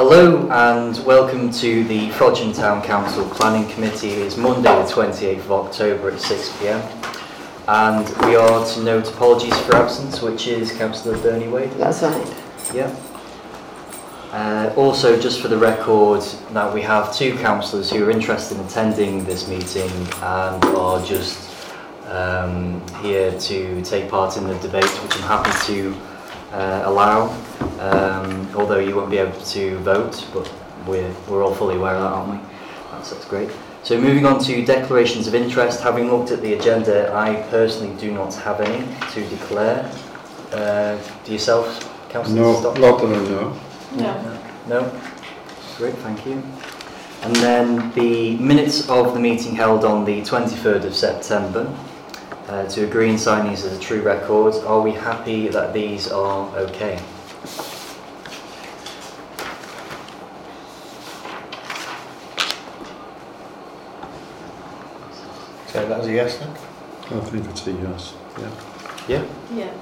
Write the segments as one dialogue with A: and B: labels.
A: Hello and welcome to the Frodsham Town Council Planning Committee. It's Monday the 28th of October at 6pm and we are to note apologies for absence which is Councillor Bernie Wade.
B: That's right.
A: Yeah. Uh, also, just for the record, that we have two councillors who are interested in attending this meeting and are just um, here to take part in the debate, which I'm happy to uh, allow, um, although you won't be able to vote, but we're, we're all fully aware of that, aren't we? That's, that's great. So, moving on to declarations of interest, having looked at the agenda, I personally do not have any to declare. Uh, do yourself, Councillor
C: No,
A: Stock?
C: lot of them, no.
B: No.
A: No? Great, thank you. And then the minutes of the meeting held on the 23rd of September. Uh, to agree and sign these as a true record, are we happy that these are okay?
D: So that was a yes then?
C: I think it's a yes. Yeah.
A: Yeah.
B: Yeah.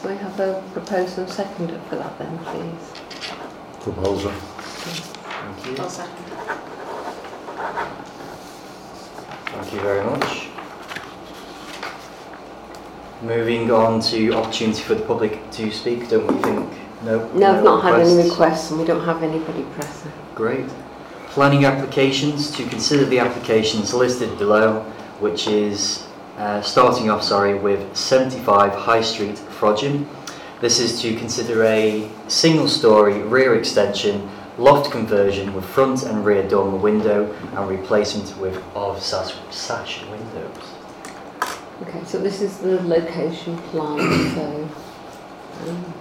B: Can we have a proposal and seconder for that then, please?
C: Proposal.
A: Thank you.
B: second.
A: Thank you very much. Moving on to opportunity for the public to speak, don't we think? No?
B: No, I've not had any
A: requests?
B: requests and we don't have anybody present.
A: Great. Planning applications, to consider the applications listed below, which is, uh, starting off, sorry, with 75 High Street, Frodsham. This is to consider a single-storey rear extension, loft conversion with front and rear dormer window and replacement with of sash, sash windows.
B: Okay, so this is the location plan, so... um,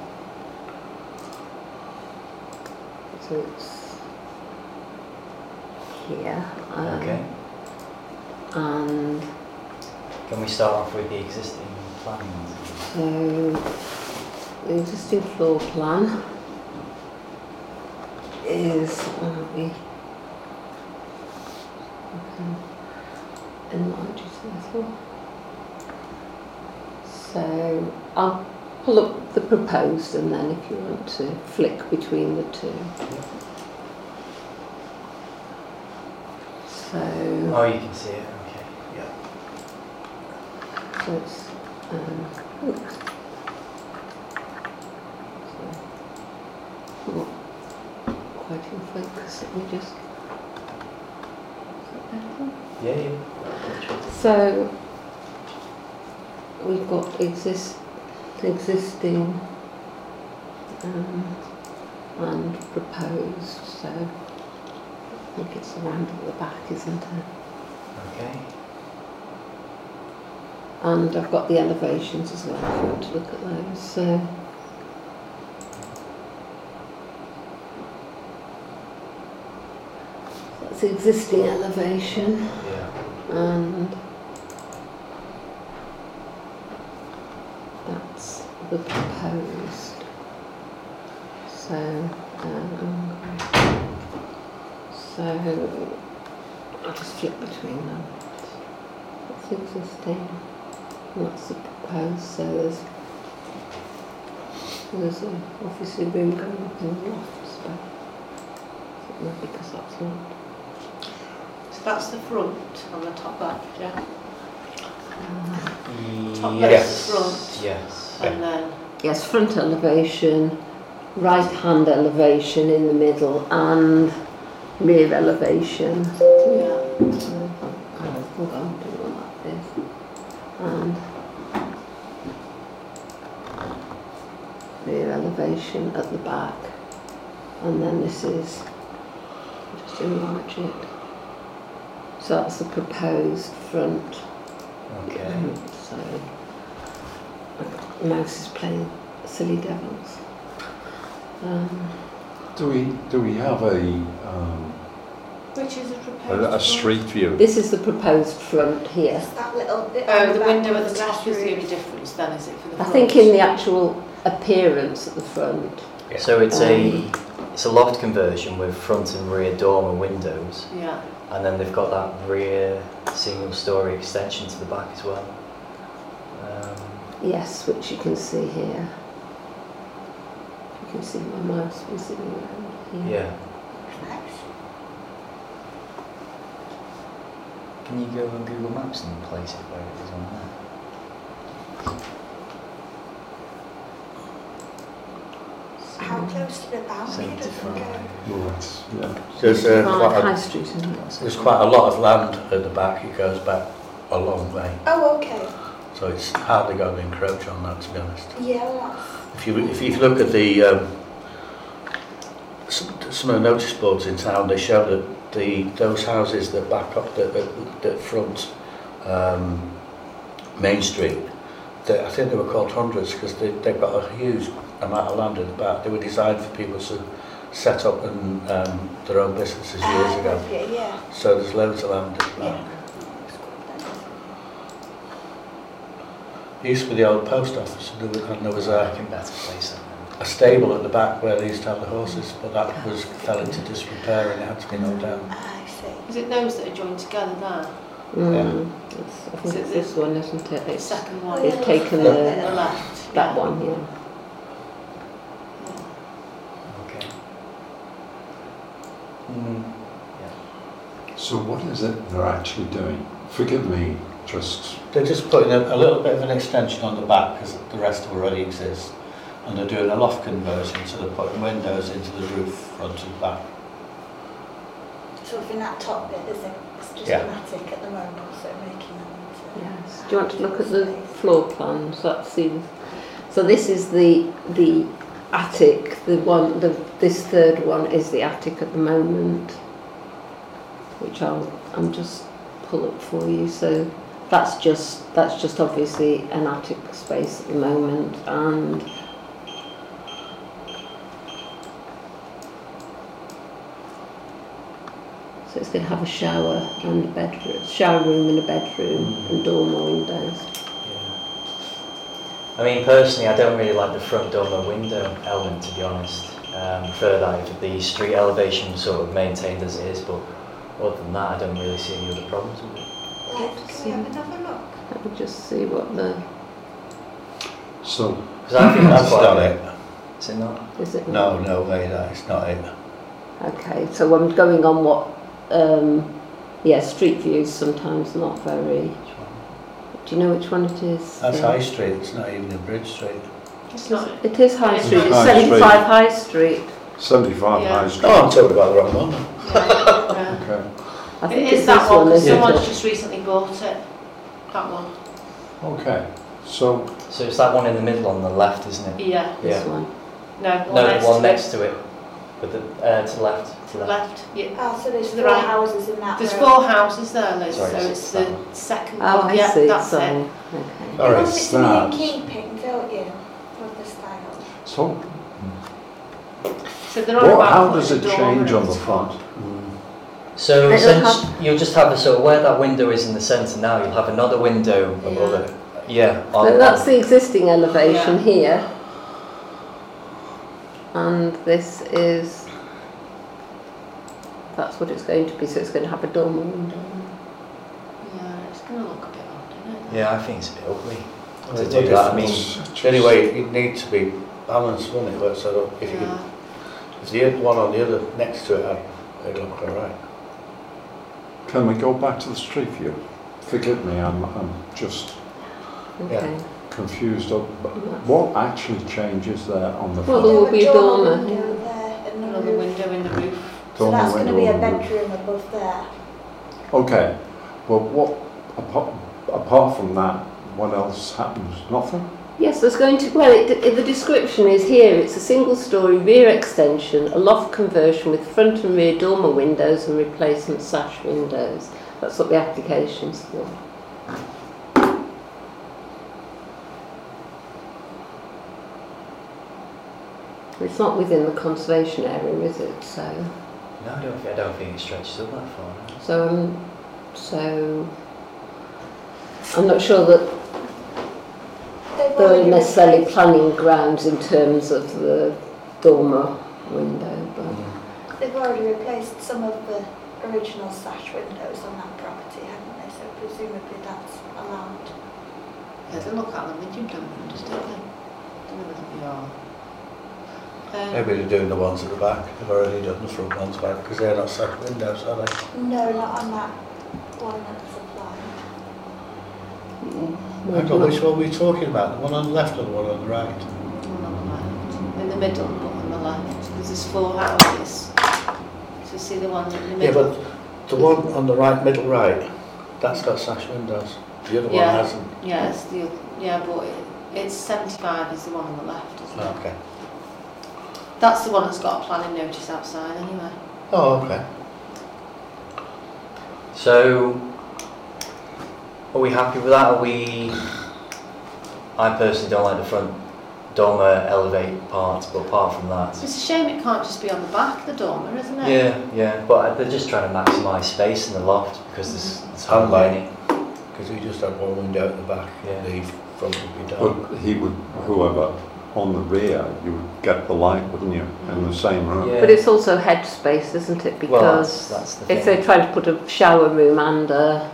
B: So it's here. um,
A: Okay,
B: And
A: can we start off with the existing plans?
B: So, the existing Uh, floor plan is, where are we? Okay. Enlarge it as well. So, I'll pull up the proposed and then if you want to flick between the two. So.
A: Oh, you can see it, okay, yeah.
B: So it's, um, ooh. So, not quite in focus, let me just.
A: Yeah, yeah.
B: So, we've got exist, existing, um, and proposed, so I think it's around at the back, isn't it?
A: Okay.
B: And I've got the elevations as well, if you want to look at those, so. That's the existing elevation
A: Yeah.
B: and that's the proposed. So, um, so I'll just flip between them. That's existing, and that's the proposed, so there's, there's uh, obviously room going up in the loft, so. Not because that's not,
E: So that's the front on the top back, yeah?
B: uh,
E: Top left
A: Yes.
E: front. Um,
A: Yes.
E: And then,
B: Yes, front elevation, right hand elevation in the middle, and rear elevation.
E: yeah,
B: So, I think I'll do it like this. And rear elevation at the back. And then this is just enlarge it. So that's the proposed front.
A: Okay.
B: So, mouse is playing silly devils. Um,
C: Do we, do we have a, um,
E: which is a
C: a,
E: proposed.
C: a street view?
B: this is the proposed front here.
F: That little bit.
E: Oh, the
F: back
E: window
F: of
E: at the top is the
F: room.
E: only difference then, is it, for the
B: I
E: front?
B: think in the actual appearance at the front.
D: Yeah.
A: So it's a it's a loft conversion with front and rear dormer windows,
E: Yeah,
A: and then they've got that rear single-story extension to the back as well. Um,
B: Yes, which you can see here. You can see my mouse whizzing around here.
A: yeah. Can you go on Google Maps and place it where it is on there?
F: How close to the
E: Oh,
F: boundary does it go?
A: Seventy-five.
C: Well, that's, yeah.
D: There's uh,
B: Right,
D: quite
B: High
D: a,
B: Street, isn't it?
D: there's quite a lot of land at the back. It goes back a long way,
F: Oh, okay.
D: so it's hardly going to encroach on that, to be honest.
F: Yeah, that's,
D: If you if you look at the um, some, some of the notice boards in town, they show that the those houses that back up that that, that front um, Main Street, they, I think they were called hundreds because they they've got a huge amount of land in the back. They were designed for people to set up and um, their own businesses years
F: ah,
D: ago.
F: okay, yeah,
D: So there's loads of land in the back.
F: yeah. It's good then.
D: It used to be the old post office, and there was, and there was
A: I
D: a,
A: think that's a place. that-
D: a stable at the back where they used to have the horses, but that was fell into disrepair and it had to be knocked down.
F: I see.
E: Is it those that are joined together now?
B: Mm, it's, I think
E: So
B: it's
E: this-
B: this one, isn't it?
E: The
B: It's
E: second one.
F: Yeah.
B: they've taken
F: Yeah.
E: The
B: the,
E: left.
B: that
E: yeah.
B: one, yeah.
A: Okay. Mm,
C: So what is it they're actually doing? Forgive me, just,
D: They're just putting a, a little bit of an extension on the back because the rest already exists, and they're doing a loft conversion, so they're putting windows into the roof, front and back.
F: Sort of in that top bit, isn't it? It's just
D: Yeah.
F: attic at the moment, so making that into.
B: Yes. Do you want to look at the floor plan? So that's the, so this is the the attic. The one, the this third one is the attic at the moment, which I'll I'm just pull up for you. So that's just that's just obviously an attic space at the moment, and So it's going to have a shower and a bedroom, shower room and a bedroom, and dormer windows.
A: yeah. I mean, personally, I don't really like the front dormer window element, to be honest. Um, prefer that if the street elevation was sort of maintained as it is, but other than that, I don't really see any other problems with it.
F: Right, can we have another look?
B: Let me just see what the
C: so,
A: Because I think that's
D: That's
A: quite
D: not
A: big.
D: it.
A: Is it not?
B: is it?
D: No, no way, that is not it.
B: Okay, so I'm going on what, um, yeah, street views sometimes not very. Do you know which one it is?
D: That's
B: Yeah.
D: High Street, it's not even in Bridge Street.
E: It's not.
B: It is High
E: It's
B: Street. It's
C: High
B: seventy-five
C: Street.
B: High Street.
C: 75
E: Yeah.
C: High Street.
D: Oh, I'm talking about the wrong one.
E: Yeah.
C: Okay.
B: I think
E: It
B: it's
E: is that
B: this
E: one, because
B: isn't it?
E: someone's just recently bought it. That one.
C: Okay, so,
A: So it's that one in the middle on the left, isn't it?
E: Yeah.
B: This one.
E: No, the one
A: No,
E: next
A: the one
E: to it.
A: next to it. With the, uh, to the left. To the left.
E: Left, yeah.
F: Oh, so there's
E: To the
F: four
E: right.
F: houses in that
E: There's
F: row.
E: four houses there, Liz,
A: Sorry,
E: so
A: it's
E: it's
A: that
E: the second
B: Oh,
E: one.
B: I
E: Yeah,
B: see.
E: that's it.
B: Sorry. Okay.
C: all
F: You
C: right,
F: want it to
C: that's,
F: be in keeping, don't you, with the style?
C: so
E: So they're on
C: what,
E: about
C: how
E: putting
C: does
E: a
C: it
E: door
C: change
E: in.
C: on the front?
D: Mm.
A: So
B: It'll
A: since you'll just have a sort of where that window is in the centre now, you'll have another window of
E: Yeah.
A: other. Oh, Yeah.
B: So
A: on-
B: that's
A: on-
B: the existing elevation
E: Yeah.
B: here. And this is, that's what it's going to be, so it's going to have a dormer window.
E: Yeah, it's going to look a bit odd, isn't it?
A: Yeah, I think it's a bit ugly.
D: Well,
A: To do that, I mean,
D: Anyway, it needs to be balanced, wouldn't it? Well, So if you could,
E: Yeah.
D: if the other one on the other next to it, had- it'd look all right.
C: Can we go back to the street view? Forgive me, I'm, I'm just
B: Okay.
C: confused. of- What actually changes there on the
B: Well,
C: front?
B: there will be a dormer,
F: window
B: yeah.
F: there and the
E: Another
F: roof.
E: window in the roof.
F: So that's going to be a
C: Dormer window.
F: bedroom above there.
C: Okay, well, what, apart, apart from that, what else happens? Nothing?
B: Yes, there's going to, well, it, it- the description is here, it's a single-storey rear extension, a loft conversion with front and rear dormer windows and replacement sash windows. That's what the application's for. It's not within the conservation area, is it? So,
A: No, I don't, thi- I don't think it stretches up that far. no.
B: so, um, so, I'm not sure that
F: They've
B: There are
F: already
B: necessarily
F: replaced-
B: planning grounds in terms of the dormer window, but
E: Mm-hmm.
F: They've already replaced some of the original sash windows on that property, haven't they? So presumably that's allowed.
E: Yeah, they look aluminium, don't they? Just don't they? Don't know whether they are. Um,
D: Maybe they're doing the ones at the back. They've already done the front ones back because they're not set windows, are they?
F: No, not on that one that's above.
D: Hang on, which one are we talking about? The one on the left or the one on the right?
E: one on the left, in the middle, one on the left, because there's four houses. So see the one in the
D: Yeah,
E: middle?
D: but the one on the right, middle right, that's got sash windows. The other
E: Yeah.
D: one hasn't.
E: Yeah, it's the, oth- yeah, but it- it's seventy-five is the one on the left, isn't
D: Oh,
E: it?
D: okay.
E: That's the one that's got a planning notice outside anyway.
D: Oh, okay.
A: So, are we happy with that? Are we? I personally don't like the front dormer elevate part, but apart from that,
E: It's a shame it can't just be on the back, the dormer, isn't it?
A: yeah, yeah. But they're just trying to maximise space in the loft because there's it's hard
D: Unlike-
A: lining.
D: Because we just had one window at the back,
A: Yeah.
D: the front would be down.
C: But he would, whoever, on the rear, you would get the light, wouldn't you, in the same room?
A: Yeah.
B: But it's also headspace, isn't it?
A: Well, that's-
B: Because
A: that's the
B: if
A: thing.
B: they're trying to put a shower room and a,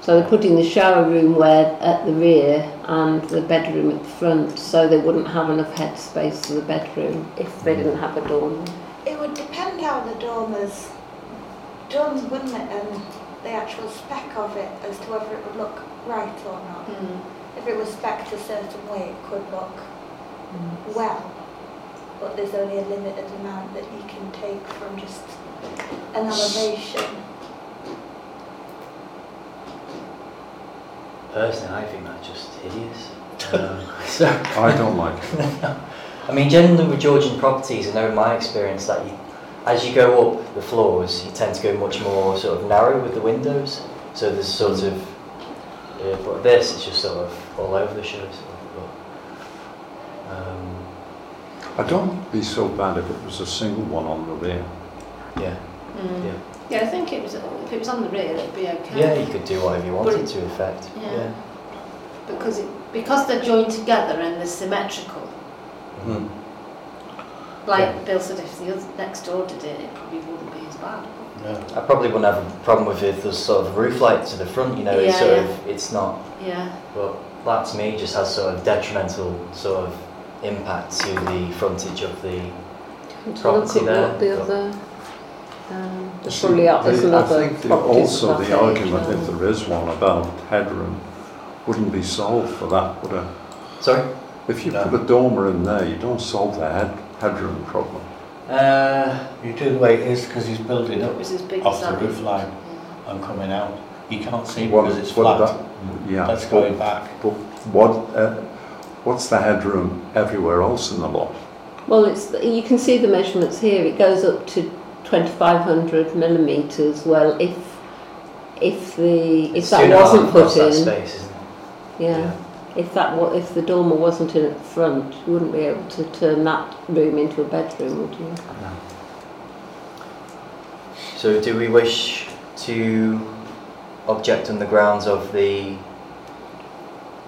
B: so they're putting the shower room where at the rear and the bedroom at the front, so they wouldn't have enough headspace for the bedroom if they didn't have a dormer.
F: It would depend how the dormers done, wouldn't it, and the actual spec of it as to whether it would look right or not.
E: Mm.
F: If it was spec'd a certain way, it could look well, but there's only a limited amount that you can take from just an elevation.
B: Mm-hmm.
A: Personally, I think that's just hideous. Um, so,
C: I don't like it.
A: I mean, generally with Georgian properties, I know in my experience that you, as you go up the floors, you tend to go much more sort of narrow with the windows. So there's sort of, yeah, but this is just sort of all over the show. Sort of, but, um,
C: I don't think it'd be so bad if it was a single one on the rear.
A: yeah,
E: Mm.
A: Yeah.
E: Yeah, I think it was, if it was on the rear, it'd be okay.
A: yeah, you could do whatever you wanted
E: But-
A: to affect.
E: Yeah. Because it, because they're joined together and they're symmetrical.
D: Mm.
E: Like
A: Yeah.
E: Bill said, if the other next door did it, it probably wouldn't be as bad.
D: Yeah.
A: I probably wouldn't have a problem with it. There's sort of roof light to the front, you know. it's
E: Yeah,
A: sort
E: yeah.
A: of it's not
E: Yeah.
A: But that to me just has sort of detrimental sort of impact to the frontage of the.
B: Look
A: Property
B: at
A: there,
B: what the
A: but-
B: other, um, there's
C: See,
B: probably up, there's
C: the-
B: another
C: I think the-
B: properties
C: also
B: about it,
C: the argument,
B: um,
C: if there is one about headroom, wouldn't be solved for that, would it?
A: Sorry.
C: If you
D: No.
C: put a dormer in there, you don't solve the head, headroom problem.
A: Uh,
D: You do the way it is because he's building
E: It
D: up
E: was as big
D: off
E: as
D: the
E: that.
D: roof line
E: Yeah.
D: and coming out. You can't see
C: What-
D: because it's
C: what
D: flat. Mm.
C: that- yeah,
D: That's
C: but-
D: going back.
C: But what, uh, what's the headroom everywhere else in the lot?
B: Well, it's you can see the measurements here. It goes up to 2,500 millimeters. Well, if if the if
A: it's
B: that
A: two and a half
B: wasn't
A: across
B: put
A: that
B: in,
A: space, isn't it?
B: yeah,
A: Yeah.
B: if that wa- if the dormer wasn't in at the front, you wouldn't be able to turn that room into a bedroom, would you?
A: So do we wish to object on the grounds of the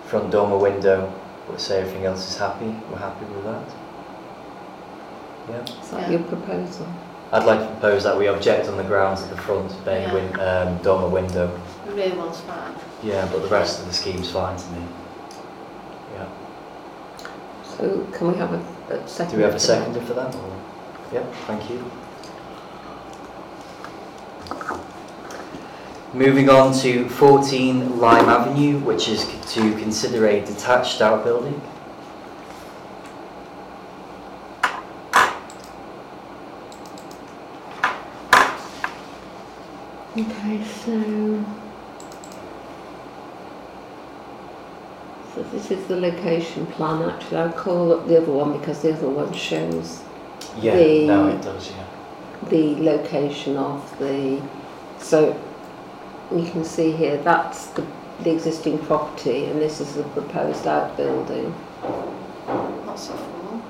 A: front dormer window, but say everything else is happy? We're happy with that. Yeah.
B: Is that
E: Yeah.
B: your proposal?
A: I'd like to propose that we object on the grounds of the front bay
E: Yeah.
A: win- um, dormer window.
E: The rear one's fine.
A: Yeah, but the rest of the scheme's fine to me. Yeah.
B: So can we have a, a second?
A: Do we have a
B: for that?
A: seconder for that? Or? Yep, thank you. Moving on to 14 Lime Avenue, which is c- to consider a detached outbuilding.
B: Okay, so. So this is the location plan. Actually, I'll call up the other one because the other one shows
A: Yeah,
B: The-
A: no, it does, yeah.
B: the location of the so you can see here that's the, the existing property and this is the proposed outbuilding
E: Not so full.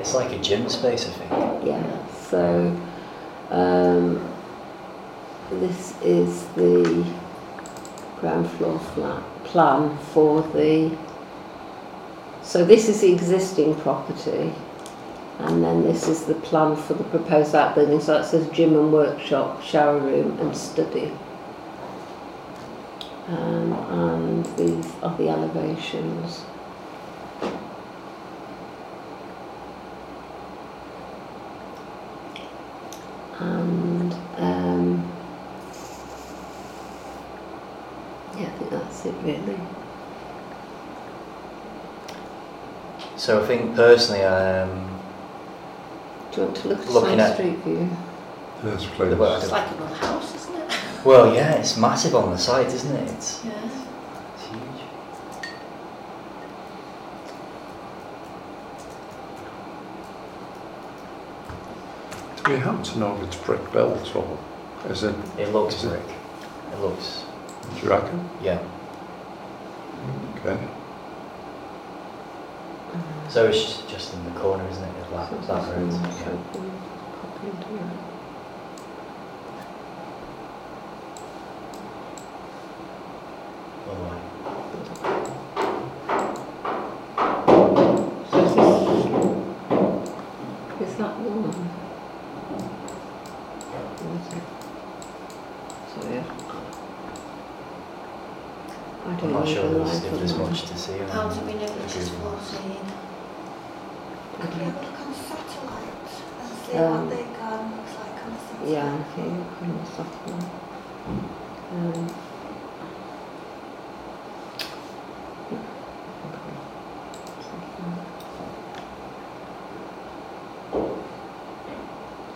A: It's like a gym space, I think.
B: yeah so um, this is the ground floor flat plan for the so this is the existing property and then this is the plan for the proposed outbuilding so that says gym and workshop shower room and study um, and these are the elevations and um, yeah I think that's that's it really.
A: So I think personally, um,
B: Do you want to look at
A: Looking
B: Side
A: at-
B: Street View?
C: Yes, please.
A: Well,
E: It's like another house, isn't it?
A: well, yeah, it's massive on the site, isn't it? It's,
E: Yeah.
A: it's huge.
C: Do we happen to know if it's brick built or is it,
A: It looks
C: Is it-
A: brick. It looks,
C: do you reckon?
A: yeah.
C: Okay.
A: So it's just- just in the corner, isn't it? of That, that road. Yeah. Lovely.
B: So is this, is that one? What is it? So yeah. I don't
A: I'm
B: know
A: not sure
B: the
A: there's,
B: life
A: if
B: of
A: there's
B: mine.
A: much to see. on
E: How do we know which is
A: Google.
E: 14?
F: Could we have a look on satellite and see
B: Um,
F: what their garden looks like on the satellite?
B: Yeah, I think kind of soft one. Um,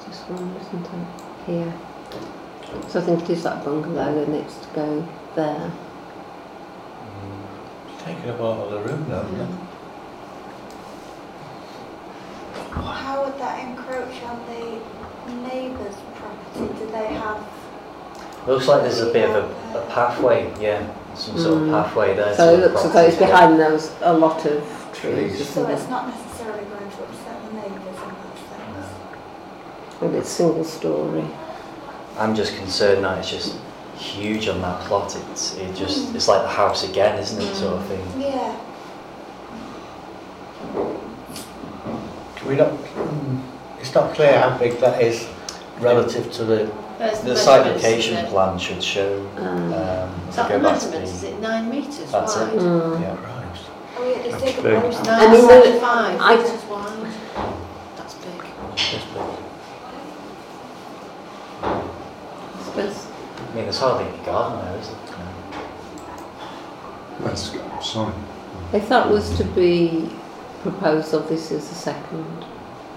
B: This one, isn't it? Here. So I think it is that bungalow and it's to go there.
D: Taking up all the room now, isn't it?
F: How would that encroach on the neighbour's property? Do they have,
A: Looks like there's a bit of a, a pathway, yeah, some sort of
B: Mm.
A: pathway there.
B: So
A: to
B: it
A: the
B: looks as though it's
A: property.
B: behind those a lot of trees,
C: Trees.
F: so
B: isn't
F: it's
B: it?
F: not necessarily going to upset the neighbours in that sense?
B: And it's single story.
A: I'm just concerned that it's just huge on that plot. It's it just
E: Mm.
A: it's like the house again, isn't it, sort of thing.
F: Yeah.
D: Can we not, mm, it's not clear how big that is relative to the,
E: There's
A: The site
E: measurements,
A: location
E: isn't it?
A: plan should show. Um,
B: Um,
E: Is
A: if
E: that
A: you
E: the
A: go back to
E: measurements? Is
A: the
E: it nine metres
A: That's it.
E: wide?
B: mm.
A: yeah.
D: Christ.
F: Oh, yeah, just
C: That's
F: take a
C: big.
F: post.
B: I mean,
E: Nine
B: I-
E: seventy-five metres wide. That's big.
A: it's big.
B: I suppose
A: I mean, there's hardly any garden there, is there? No.
C: Let's go, sorry.
B: If that was to be proposed, obviously as a second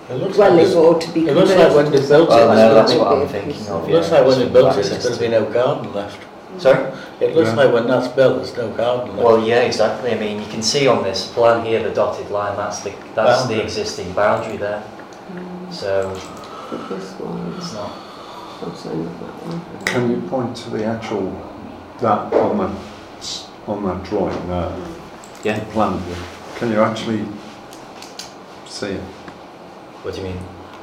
D: It looks like,
B: dwelling
D: there's-
B: or to be
D: it looks
B: converted.
D: like when they built it,
A: Well, Oh, no,
D: there's
A: that's
B: not
A: what
B: big,
A: I'm thinking
B: it's
A: of.
D: no-
A: Yeah.
D: it looks like when they
A: some
D: built it,
A: access
D: there's going to
A: to-
D: be no garden left.
A: Sorry.
D: It looks
C: Yeah.
D: like when that's built, there's no garden left.
A: Well, yeah, exactly. I mean, you can see on this plan here the dotted line. That's the that's
D: Boundary.
A: the existing boundary there. So
B: But This one,
A: it's not.
B: I'm saying that one.
C: Can you point to the actual, that on that, on that drawing, uh,
A: Yeah.
C: the plan view? Can you actually see it?
A: What do you mean?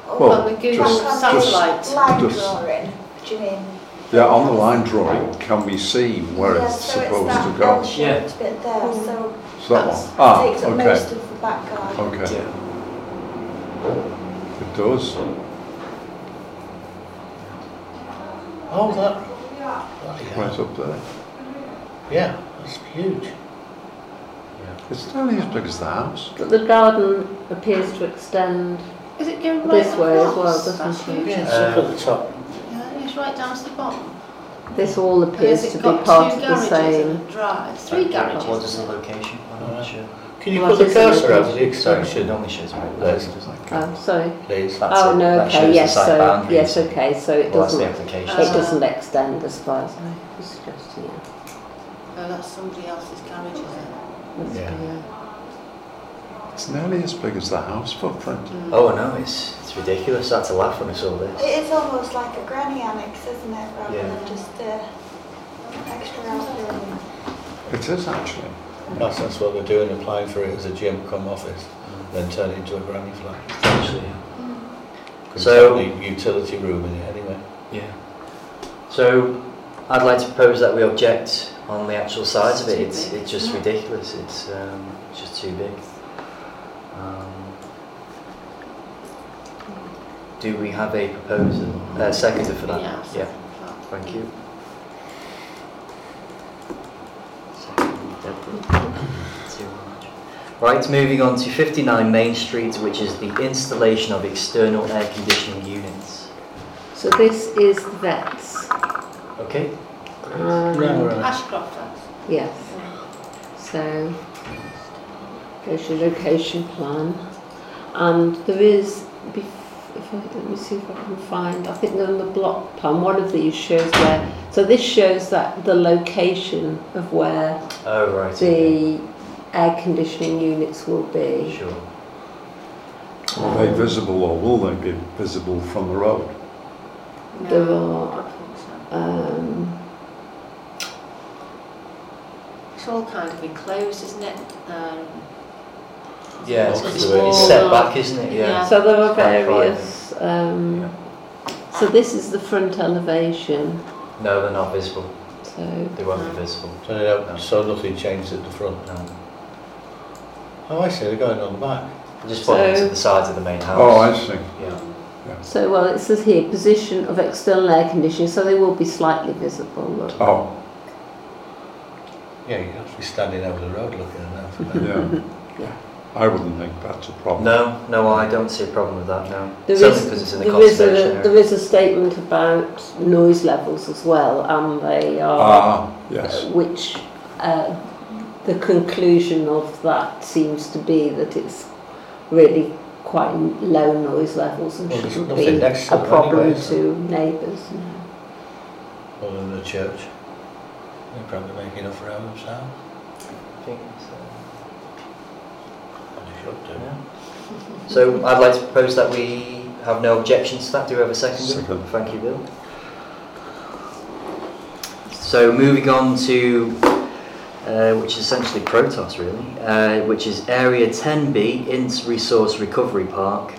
C: Well,
A: Oh,
E: Well, we Google
C: just-
F: Back on the
E: satellite.
F: Line
C: just-
F: drawing, do you mean?
C: Yeah, on the line drawing, can we see where
F: Yeah,
C: it's
F: so
C: supposed to
F: that
C: go?
F: L-shaped Bit there,
E: Mm.
F: so
C: It's that
F: that's,
C: one? Ah,
F: takes up
C: okay,
F: most of the back garden.
C: okay,
A: Yeah.
C: it does.
D: Oh, that, bloody hell.
C: Right up there.
D: yeah, that's huge.
C: It's nearly as big as the house.
B: But the garden appears to extend,
E: Is it going right
B: This way as
E: across?
B: well, doesn't
E: That's
B: it?
E: huge.
D: Yeah,
E: Yeah,
D: it's up at the top.
E: it's right down to the bottom.
B: this all appears
E: Has
B: to
E: it
B: be
E: got
B: part
E: two
B: of the
E: garages
B: same.
E: and a drive? Three garages.
A: What does the
E: isn't it?
A: location? I'm not sure.
D: Can you
B: Well,
D: put the
B: this is-
D: cursor over the
A: Sorry,
D: extension,
A: it only shows my
D: Yes.
B: Oh, sorry.
D: please?
A: That's
B: Oh,
A: it.
B: no,
A: That shows
B: okay,
A: the
B: yes,
A: site
B: so,
A: boundaries. Oh,
B: yes, okay, so it
A: Well, that's the
B: doesn't, it
A: application.
E: Uh,
B: doesn't extend as far as I was suggesting, yeah.
E: No, Oh, that's somebody else's garage, isn't it?
B: That's-
A: Yeah.
B: yeah.
C: It's nearly as big as the house footprint.
A: oh no, it's it's ridiculous. I had to laugh when I saw this.
F: It is almost like a granny annex, isn't it, rather
A: Yeah.
F: than just uh, extra outbuilding.
C: It is actually.
D: That's, that's what they're doing, applying for it as a gym come office, then turn it into a granny flat.
A: Actually, yeah.
D: 'Cause
A: So-
D: it's got a Utility room in it anyway.
A: Yeah. So I'd like to propose that we object on the actual size of it. It's, it's just ridiculous. It's, um, it's just too big. Um, do we have a proposal? Uh, seconder for that?
E: Yeah, it's
A: Yeah.
E: something like that.
A: Thank you. Right, moving on to 59 Main Street, which is the installation of external air conditioning units.
B: So this is the vets.
A: Okay? Oh,
B: Um,
D: Right, right.
E: Ashcroft, that's.
B: Yes. so there's your location plan. And there is, bef- if I, let me see if I can find, I think on the block plan, one of these shows where, so this shows that the location of where
A: Oh, right. okay.
B: the air conditioning units will be.
A: Sure.
C: Are they visible or will they be visible from the road?
B: There
E: No,
B: are,
E: I think so.
B: um,
E: It's all kind of enclosed, isn't it? Um,
A: Yeah,
D: Lots
A: it's,
D: of
A: it's,
D: ways.
A: it's set back, isn't it? Yeah.
B: so there are
A: It's quite
B: various, um, so this is the front elevation,
A: No, they're not visible.
B: so.
A: They won't be visible.
D: So, they don't- so nothing changed at the front.
A: No.
D: Oh, I see, they're going on the back.
A: Just pointing
B: So-
A: to the sides of the main house.
C: Oh, I see.
A: Yeah.
B: So, well, it says here, position of external air conditioning, so they will be slightly visible. Look.
C: Oh,
D: Yeah, you're actually standing over the road looking at that. from there.
C: yeah. I wouldn't think that's a problem.
A: No, no, I don't see a problem with that. No.
B: There
A: Certainly
B: is-
A: because it's in the
B: There is, a,
A: conservation area.
B: there is a statement about noise levels as well, and they are,
C: Ah, yes.
B: which uh, the conclusion of that seems to be that it's really quite low noise levels and
D: Well, there's
B: shouldn't
D: nothing
B: be
D: next to
B: a
D: them
B: problem
D: anyway, so-
B: to neighbours.
D: Other than the church. They're probably making enough room themselves.
A: I think so.
D: And they should do.
A: Yeah. So I'd like to propose that we have no objections to that. Do we have a second? Bill?
C: Second.
A: Thank you, Bill. So moving on to, uh, which is essentially Protos really, uh, which is Area 10B Inns Resource Recovery Park,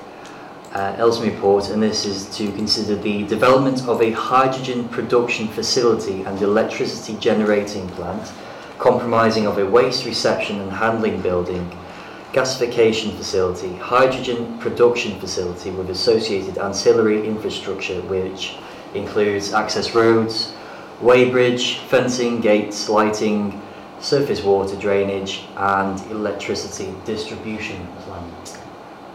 A: uh, Ellesmere Port, and this is to consider the development of a hydrogen production facility and electricity generating plant, comprising of a waste reception and handling building, gasification facility, hydrogen production facility with associated ancillary infrastructure which includes access roads, weighbridge, fencing, gates, lighting, surface water drainage and electricity distribution plant.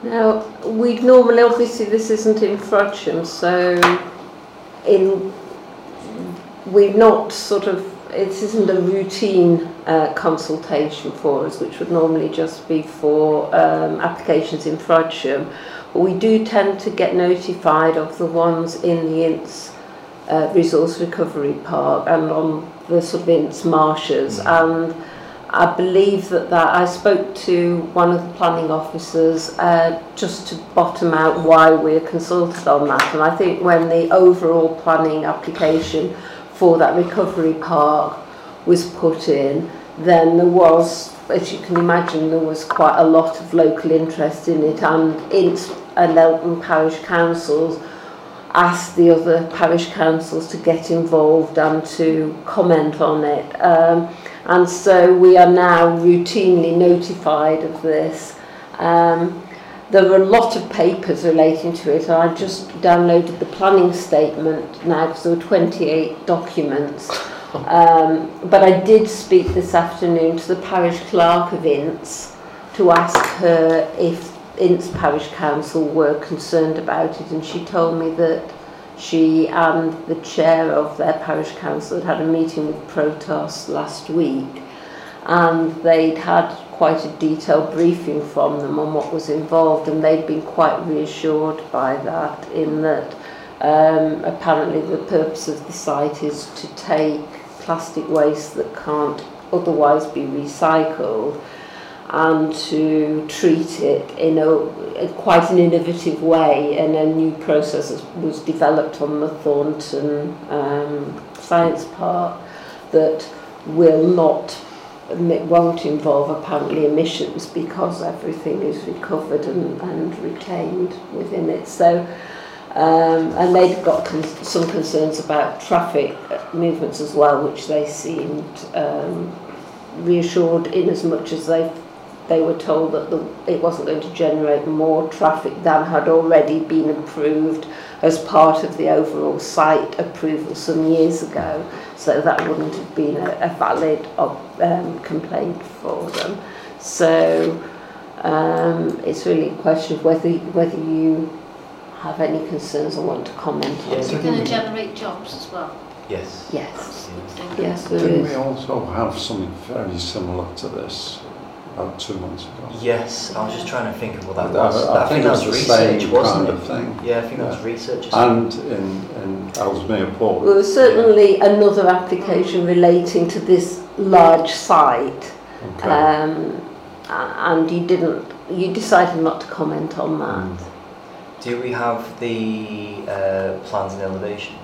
B: Now, we'd normally, obviously, this isn't in Frodsham, so in we've not sort of it isn't a routine uh, consultation for us, which would normally just be for um, applications in Frodsham. But we do tend to get notified of the ones in the Ince uh, Resource Recovery Park and on the sort of Ince marshes. And I believe that, that I spoke to one of the planning officers uh, just to bottom out why we're consulted on that. And I think when the overall planning application for that recovery park was put in, then there was, as you can imagine, there was quite a lot of local interest in it and Ince and Elton Parish Councils asked the other parish councils to get involved and to comment on it. Um, and so we are now routinely notified of this. Um, there were a lot of papers relating to it. I just downloaded the planning statement now because there were 28 documents. Um, but I did speak this afternoon to the parish clerk of Ince to ask her if Ince Parish Council were concerned about it, and she told me that she and the chair of their parish council had had a meeting with Protos last week, and they'd had quite a detailed briefing from them on what was involved, and they'd been quite reassured by that, in that um, apparently the purpose of the site is to take plastic waste that can't otherwise be recycled and to treat it in a, a quite an innovative way and a new process was- was developed on the Thornton um, Science Park that will not it won't involve apparently emissions because everything is recovered and, and retained within it so um, and they've got con- some concerns about traffic movements as well which they seemed um, reassured in as much as they they were told that the, it wasn't going to generate more traffic than had already been approved as part of the overall site approval some years ago. So that wouldn't have been a, a valid ob- um, complaint for them. So um, it's really a question of whether whether you have any concerns or want to comment on
A: Yes,
E: Is
A: I think
E: it going
A: we-
E: to generate jobs as well?
A: Yes.
B: Yes,
A: Yeah.
B: yes, there
C: Didn't we
B: is.
C: also have something very similar to this about two months ago?
A: Yes, I was just trying to think of what
C: I,
A: that was.
C: I think it
A: that
C: was
A: was
C: the
A: research,
C: same
A: wasn't
C: kind
A: it?
C: of thing.
A: Yeah, I think that was research.
C: And in, in Ellesmere Port.
B: Well, there's certainly another application relating to this large site,
C: Okay.
B: um, a- and you didn't, you decided not to comment on that.
A: Do we have the uh, plans and elevations?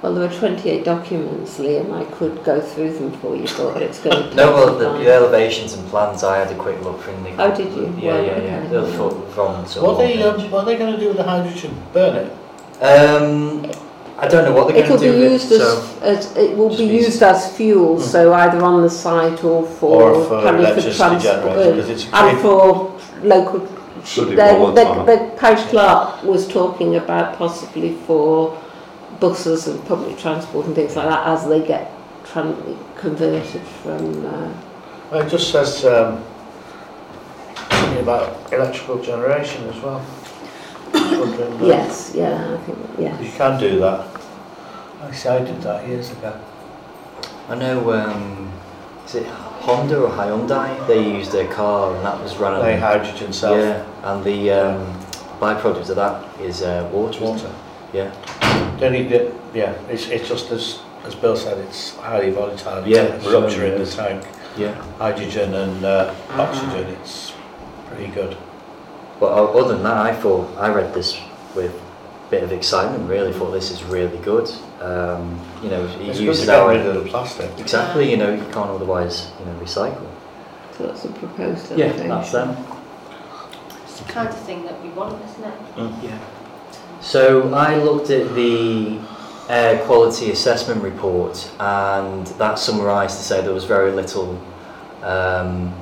B: Well, there were 28 documents, Liam, I could go through them for you, but it's going to take
A: No, well, the,
B: some
A: the
B: time.
A: elevations and plans, I had a quick look in the.
B: Oh, did you?
A: Yeah,
B: Well,
A: yeah, yeah.
B: okay.
A: They're fo- from sort of
D: What they,
A: one
D: um, what are they going to do with the hydrogen? Burn it?
A: page. Um, I don't know what they're
B: It'll
A: going to
B: be
A: do with it,
B: used
A: so.
B: as, as, it will
D: Just
B: be
D: be-
B: used as fuel, so either on the site or for.
D: Or for
B: probably
D: electricity
B: transport-
D: generation, because it's.
B: And for local,
C: Should it
B: the,
C: all
B: the,
C: time?
B: the parish clerk was talking about possibly for buses and public transport and things like that as they get tran- converted from, uh,
D: Well, It just says, um, something about electrical generation as well. Wondering, uh,
B: yes, yeah, I think,
D: You
B: yes.
D: can do that. I see, I did that years ago.
A: I know, um, is it Honda or Hyundai? They used their car and that was run
B: Um,
A: on.
D: Play hydrogen cells,
A: Yeah, and the um, byproduct of that is uh, water. isn't
D: water.
A: it? Yeah,
D: Don't need it, yeah, it's, it's just as, as Bill said, it's highly volatile.
A: Yeah,
D: It's Rupture in the
A: certainly
D: tank,
A: yeah.
D: hydrogen and uh, oxygen, it's pretty good.
A: But o- other than that, I thought I read this with a bit of excitement. Really, thought this is really good. Um, you know, it
D: It's good to
A: uses
D: get rid
A: our
D: of the plastic.
A: exactly. You know, you can't otherwise you know recycle.
B: So that's a proposed
A: Yeah,
B: elevation.
A: that's them.
E: It's the kind of thing that we want, isn't it?
A: Yeah. So I looked at the air quality assessment report, and that summarised to say there was very little um,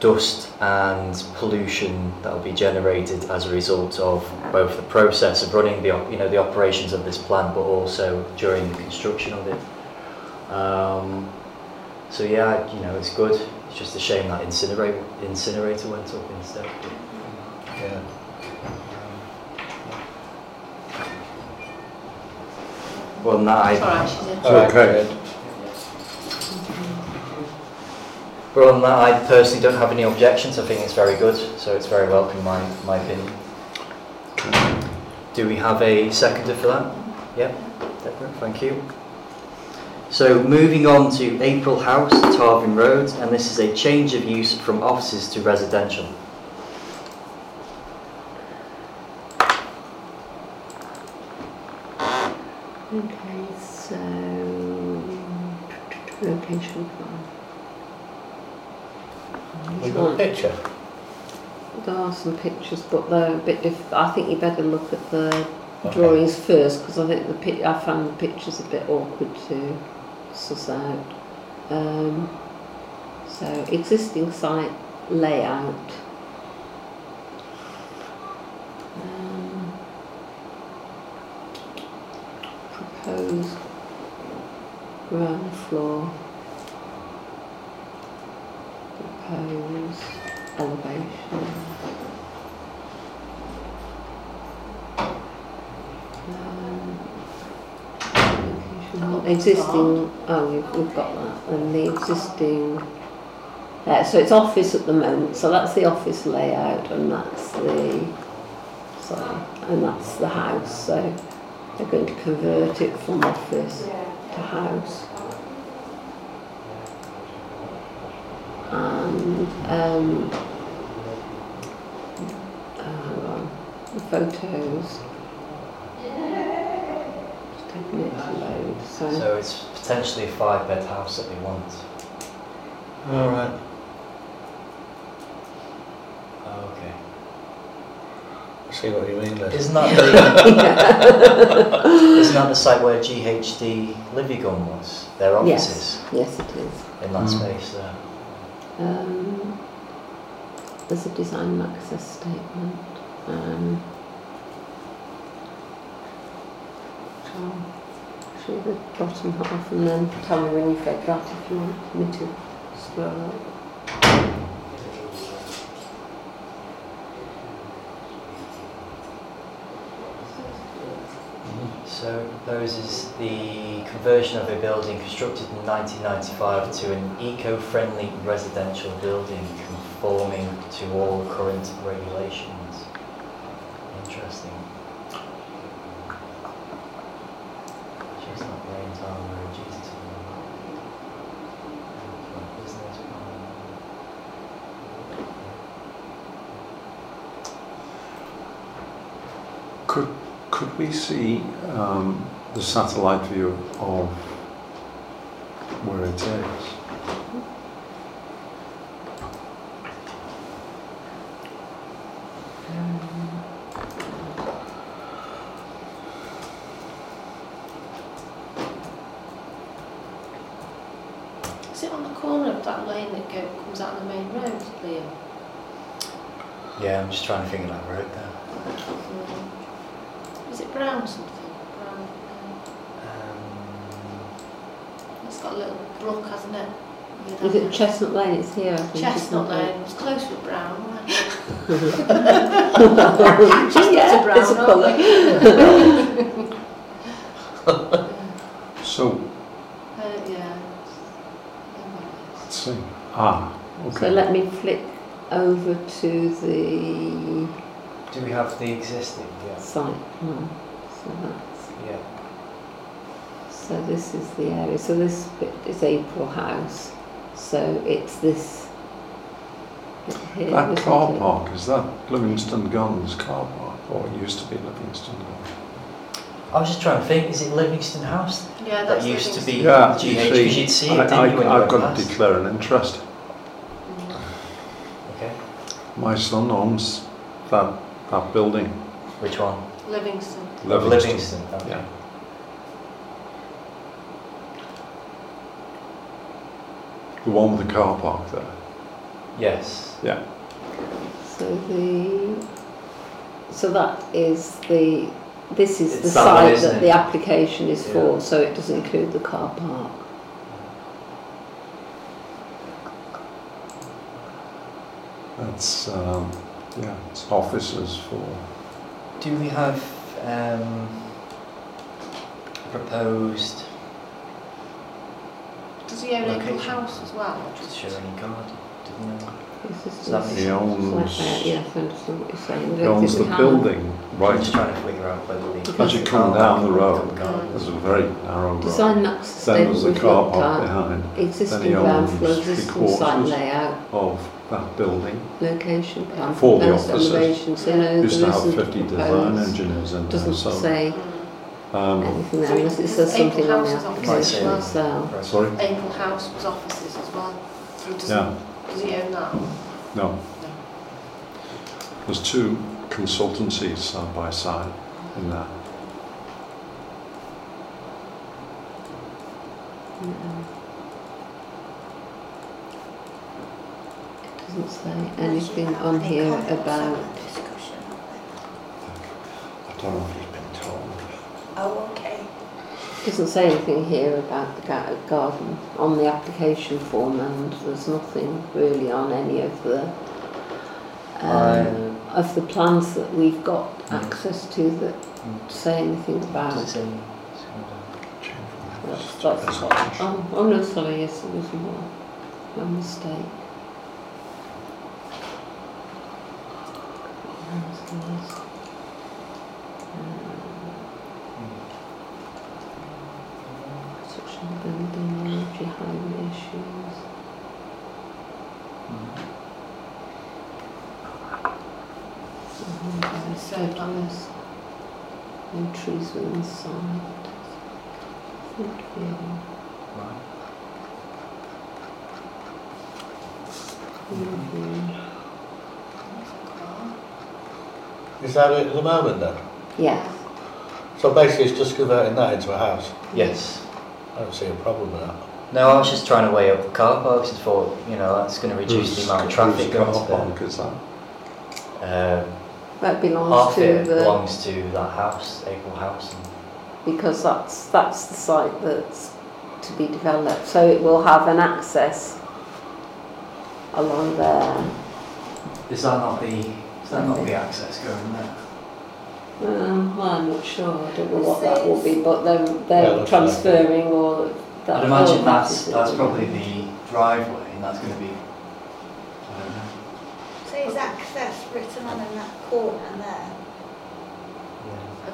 A: dust and pollution that will be generated as a result of both the process of running the op- you know the operations of this plant, but also during the construction of it. Um, so yeah, you know it's good. It's just a shame that incinerator incinerator went up instead.
D: Yeah.
A: Well, no,
E: It's
A: I,
E: alright, she's in.
C: Oh. okay.
A: but on that, I personally don't have any objections. I think it's very good, so it's very welcome, my, my opinion. Do we have a seconder for that? Yep, Deborah, thank you. So moving on to April House, Tarvin Road, and this is a change of use from offices to residential.
B: Okay, so location plan.
D: We've got a picture.
B: There are some pictures, but they're a bit diff. I think you better look at the
D: Okay.
B: drawings first because I think the pic- I found the pictures a bit awkward to suss out. Um, so existing site layout. Um, proposed ground floor. Proposed elevation. Um, location- Existing, oh, you've, we've got that, and the existing, uh, so it's office at the moment, so that's the office layout, and that's the, sorry, and that's the house, so they're going to convert it from office to house. And, um, oh, hang on, the photos. Just taking it to load, so,
A: So it's potentially a five bed house that they want.
D: All right.
A: Okay.
D: I see what you mean there.
A: Isn't that the, isn't that the site where GHD Livigon was? Their offices
B: yes, yes it is.
A: in that
C: Mm.
A: space there.
B: Um, there's a design and access statement. Um, I'll show you the bottom half and then tell me when you've read that if you want me to scroll up.
A: So those is the conversion of a building constructed in 1995 to an eco-friendly residential building conforming to all current regulations. Interesting. Just not rain time where Jesus. is born. Business plan.
C: Could, could we see um, the satellite view of where it is?
E: Is it on the corner of that lane that go, comes out of the main road, Liam?
A: Yeah, I'm just trying to figure that road there.
E: Is it brown something? Brown. um,
A: Um,
E: It's got a little brook, hasn't it? Near
B: Is
E: that
B: it Chestnut Lane? It's here. I think, isn't
E: Chestnut
B: it?
E: Lane. It's close with brown. wasn't it?
B: yeah,
E: brown,
B: it's a
E: aren't
B: colour.
C: So,
E: Uh, yeah.
C: let's see. Ah,
B: So
C: okay.
B: let me flick over to the
A: Do we have the existing? Yeah.
B: site plan. So that's
A: Yeah.
B: so this is the area. So this bit is April House. So it's this. bit here,
C: That
B: isn't
C: car
B: it?
C: park, is that Livingston Gardens car park? Or it used to be Livingston Gardens?
A: I was just trying to think, is it Livingston House?
E: Yeah,
A: That
E: that's
A: used to be
E: Livingston.
C: Yeah,
A: GH,
C: you
A: because
C: see,
A: you'd see
C: I,
A: it, didn't you, when you
C: I, I've
A: went
C: got to
A: past?
C: declare an interest.
E: Mm.
A: Okay,
C: My son owns that, that building.
A: which one?
E: Livingston.
A: Of Livingston, okay.
C: Yeah. The one with the car park there.
A: Yes.
B: So the so that is the this is
A: It's
B: the
A: that one,
B: site
A: isn't
B: that
A: it?
B: the application is
A: Yeah.
B: for. So it does include the car park.
C: That's, um, yeah, it's offices for,
A: Do we have um, proposed
E: Does he own a little
A: Location.
E: house as well? or just-
A: Sherry Garden? Didn't know.
B: This is
A: So that
B: this-
A: means-
C: he
B: like that,
C: owns, he
B: Yes, I understand what you're saying. I don't
C: owns the
B: think we have-
C: building,
A: I'm
C: right?
A: just trying to figure out whether the.
C: As you come down the road,
A: Garden.
C: there's a very narrow road.
B: Design maps
C: Then
B: statement
C: there's a
B: we've
C: car
B: looked
C: park
B: at,
C: behind
B: existing
C: Then he
B: ground
C: owns
B: floor,
C: three
B: existing site
C: quarters.
B: layout,
C: of that building.
B: location plan,
C: For the
B: proposed
C: offices.
B: renovations, so no, there
C: Used to have
B: isn't
C: fifty design
B: proposed.
C: engineers in there,
B: Doesn't
C: so.
B: say
E: Mm.
C: um,
B: anything
E: So
B: there unless it says
E: April
B: something on the
E: House is on
B: application
A: Right.
B: itself.
C: Sorry?
E: April House was offices as well. So does,
C: Yeah,
E: does he own that?
C: no. There's two consultancies side by side in that.
B: It Doesn't say anything on here about,
C: I don't know if you've been told.
F: Oh, okay.
B: doesn't say anything here about the ga- garden on the application form and there's nothing really on any of the um,
A: Uh,
B: of the plans that we've got
A: Mm.
B: access to that say anything about.
A: does it say-
B: That's, that's what, oh, oh no, sorry, yes, it was more, my mistake. Construction building, energy highway issues. Mhm,
E: So,
B: dead
E: um,
B: grass. No trees were inside. Food field.
A: Right.
B: Mhm.
E: Oh.
D: Is that it at the moment then?
B: Yes.
D: So basically it's just converting that into a house.
A: Yes.
D: I don't see a problem with that.
A: No, I was just trying to weigh up the car parks and thought, you know, that's going to reduce the
C: Whose-
A: amount of traffic
C: whose
A: going
C: car
A: to
C: park is that?
A: there. Um,
B: That belongs
A: Half
B: to
A: it
B: the,
A: belongs to that house, April House. And
B: because that's, that's the site that's to be developed, so it will have an access along there.
A: Is that not the, is
B: that not the
A: access going there?
B: Um, well, I'm not sure. I don't know
F: It
B: what that will be, but they're,
D: Yeah,
B: they're
D: that's
B: transferring all of that.
A: I'd
B: all
A: imagine
B: of that
A: that's,
B: is-
A: that's probably the driveway, and that's going to be, I don't know.
F: So is access written on in that corner there?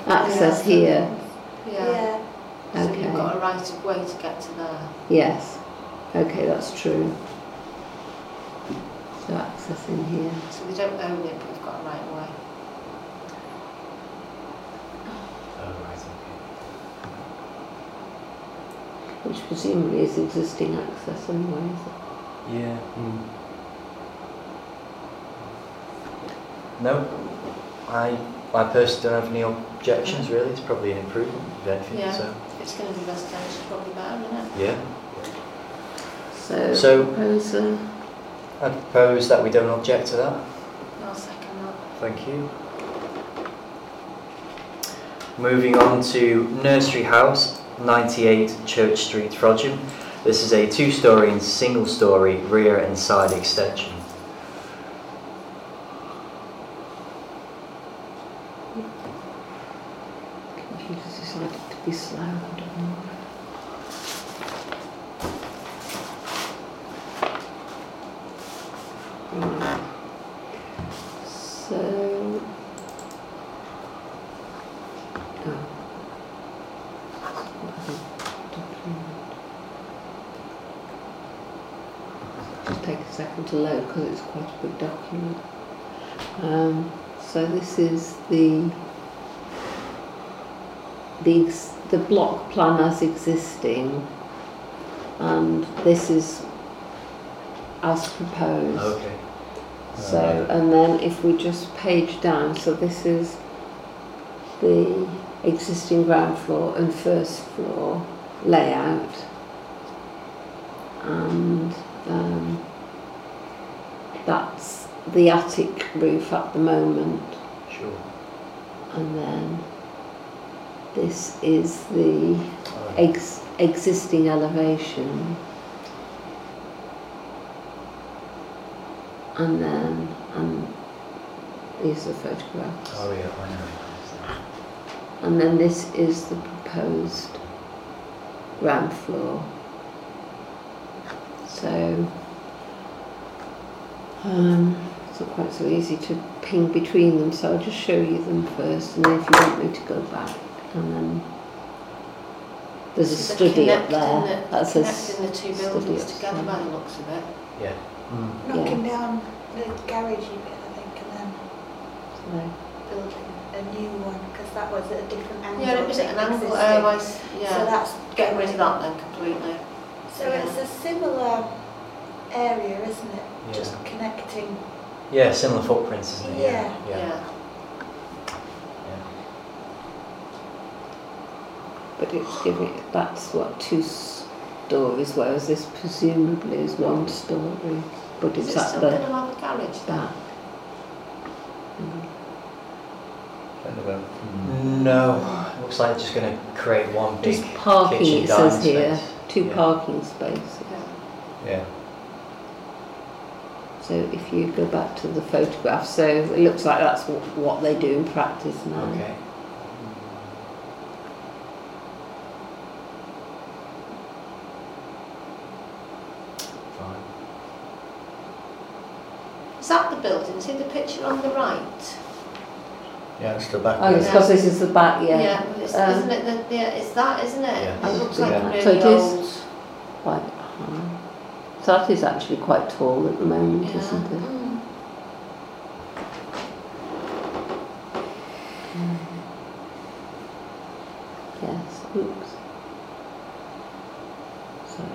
A: Yeah.
B: access here.
E: Yeah. So
B: Okay.
E: you've got a right of way to get to there.
B: Yes. Okay, that's true. So access in here.
E: So they don't own it, but they've got a right of way.
A: Oh, right, okay.
B: Which presumably is existing access anyway, is it?
A: Yeah. hmm. No, I, I personally don't have any objections really, it's probably an improvement, if anything,
E: Yeah.
A: so,
E: If it's going to be residential, probably better, isn't it?
A: yeah.
B: So,
A: So-
B: proposal.
A: I propose that we don't object to that,
E: I'll second that.
A: thank you. Moving on to Nursery House, 98 Church Street, Frodsham. This is a two-storey and single-storey rear and side extension.
B: Computers decided to be slow. I don't know. Right. So. Oh. Just take a second to load because it's quite a big document. Um, so this is the the, ex- the block plan as existing, and this is as proposed.
A: Okay.
B: So, and then if we just page down, so this is the existing ground floor and first floor layout. And um, that's the attic roof at the moment.
A: Sure.
B: And then this is the
A: All right.
B: ex- existing elevation. And then, and these are photographs.
A: Oh, yeah, I know.
B: And then this is the proposed ground floor. So um, it's not quite so easy to ping between them, so I'll just show you them first, and then if you want me to go back, and then there's a
E: So they're
B: study up
E: connecting
B: there
E: the-
B: that says
E: Connecting the two
B: study
E: buildings
B: up
E: together
B: there.
E: by the looks of it.
A: Yeah. Hmm,
F: Knocking down the garagey bit, I think, and then building a new one, because that was at a different angle.
E: Yeah, it was
F: than
E: an angle,
F: existing.
E: otherwise,
F: So
E: yeah,
F: that's.
E: getting rid of that then completely.
F: So it's a similar area, isn't it?
A: Yeah.
F: Just connecting,
A: Yeah, similar footprints, isn't it?
F: Yeah.
A: Yeah.
E: Yeah.
B: But it's giving that's what two stories, whereas this presumably is one story, but
E: Is
B: it's
E: it
B: at
E: still
B: the
E: going to have a garage then?
B: back.
D: Anyway.
A: hmm. No, it looks like it's just going to create one big
B: There's parking,
A: kitchen
B: it
A: dining
B: says here,
A: space.
B: two
A: Yeah.
B: parking spaces.
E: Yeah.
A: Yeah.
B: So if you go back to the photograph, so it looks like that's what, what they do in practice now.
A: Okay. Fine.
E: Is that the building? See the picture on the right?
D: Yeah, it's the back.
B: Oh,
D: end.
B: it's because this is the back, yeah.
E: but it's,
B: Um,
E: isn't it? The, yeah, it's that, isn't it?
A: Yeah.
E: It looks like
A: Yeah.
E: a really
B: So it
E: old.
B: is- Quite high. So that is actually quite tall at the moment,
E: Yeah.
B: isn't it?
F: mm,
B: Yes, oops. Sorry,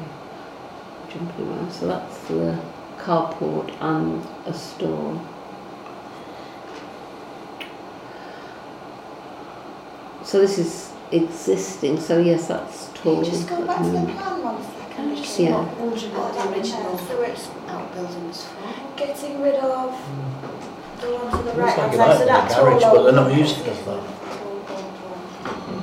B: jumping around. So that's the carport and a store. So this is existing, so yes, that's
F: Can
B: tall.
F: you just go
B: but,
F: back to the
B: um,
F: plan one
E: Can
F: second?
E: I just
B: Yeah.
E: yeah. wondering
F: Oh,
E: what
F: that
E: the
F: one there.
E: original
F: So it's
E: outbuilding was for?
F: getting rid of the one to the
D: Looks
F: right
D: like
F: hand
D: it
F: side,
D: might
F: so
D: be a
F: that tall
D: garage, but
F: old
D: they're not
F: one.
D: using it as that.
F: Tall old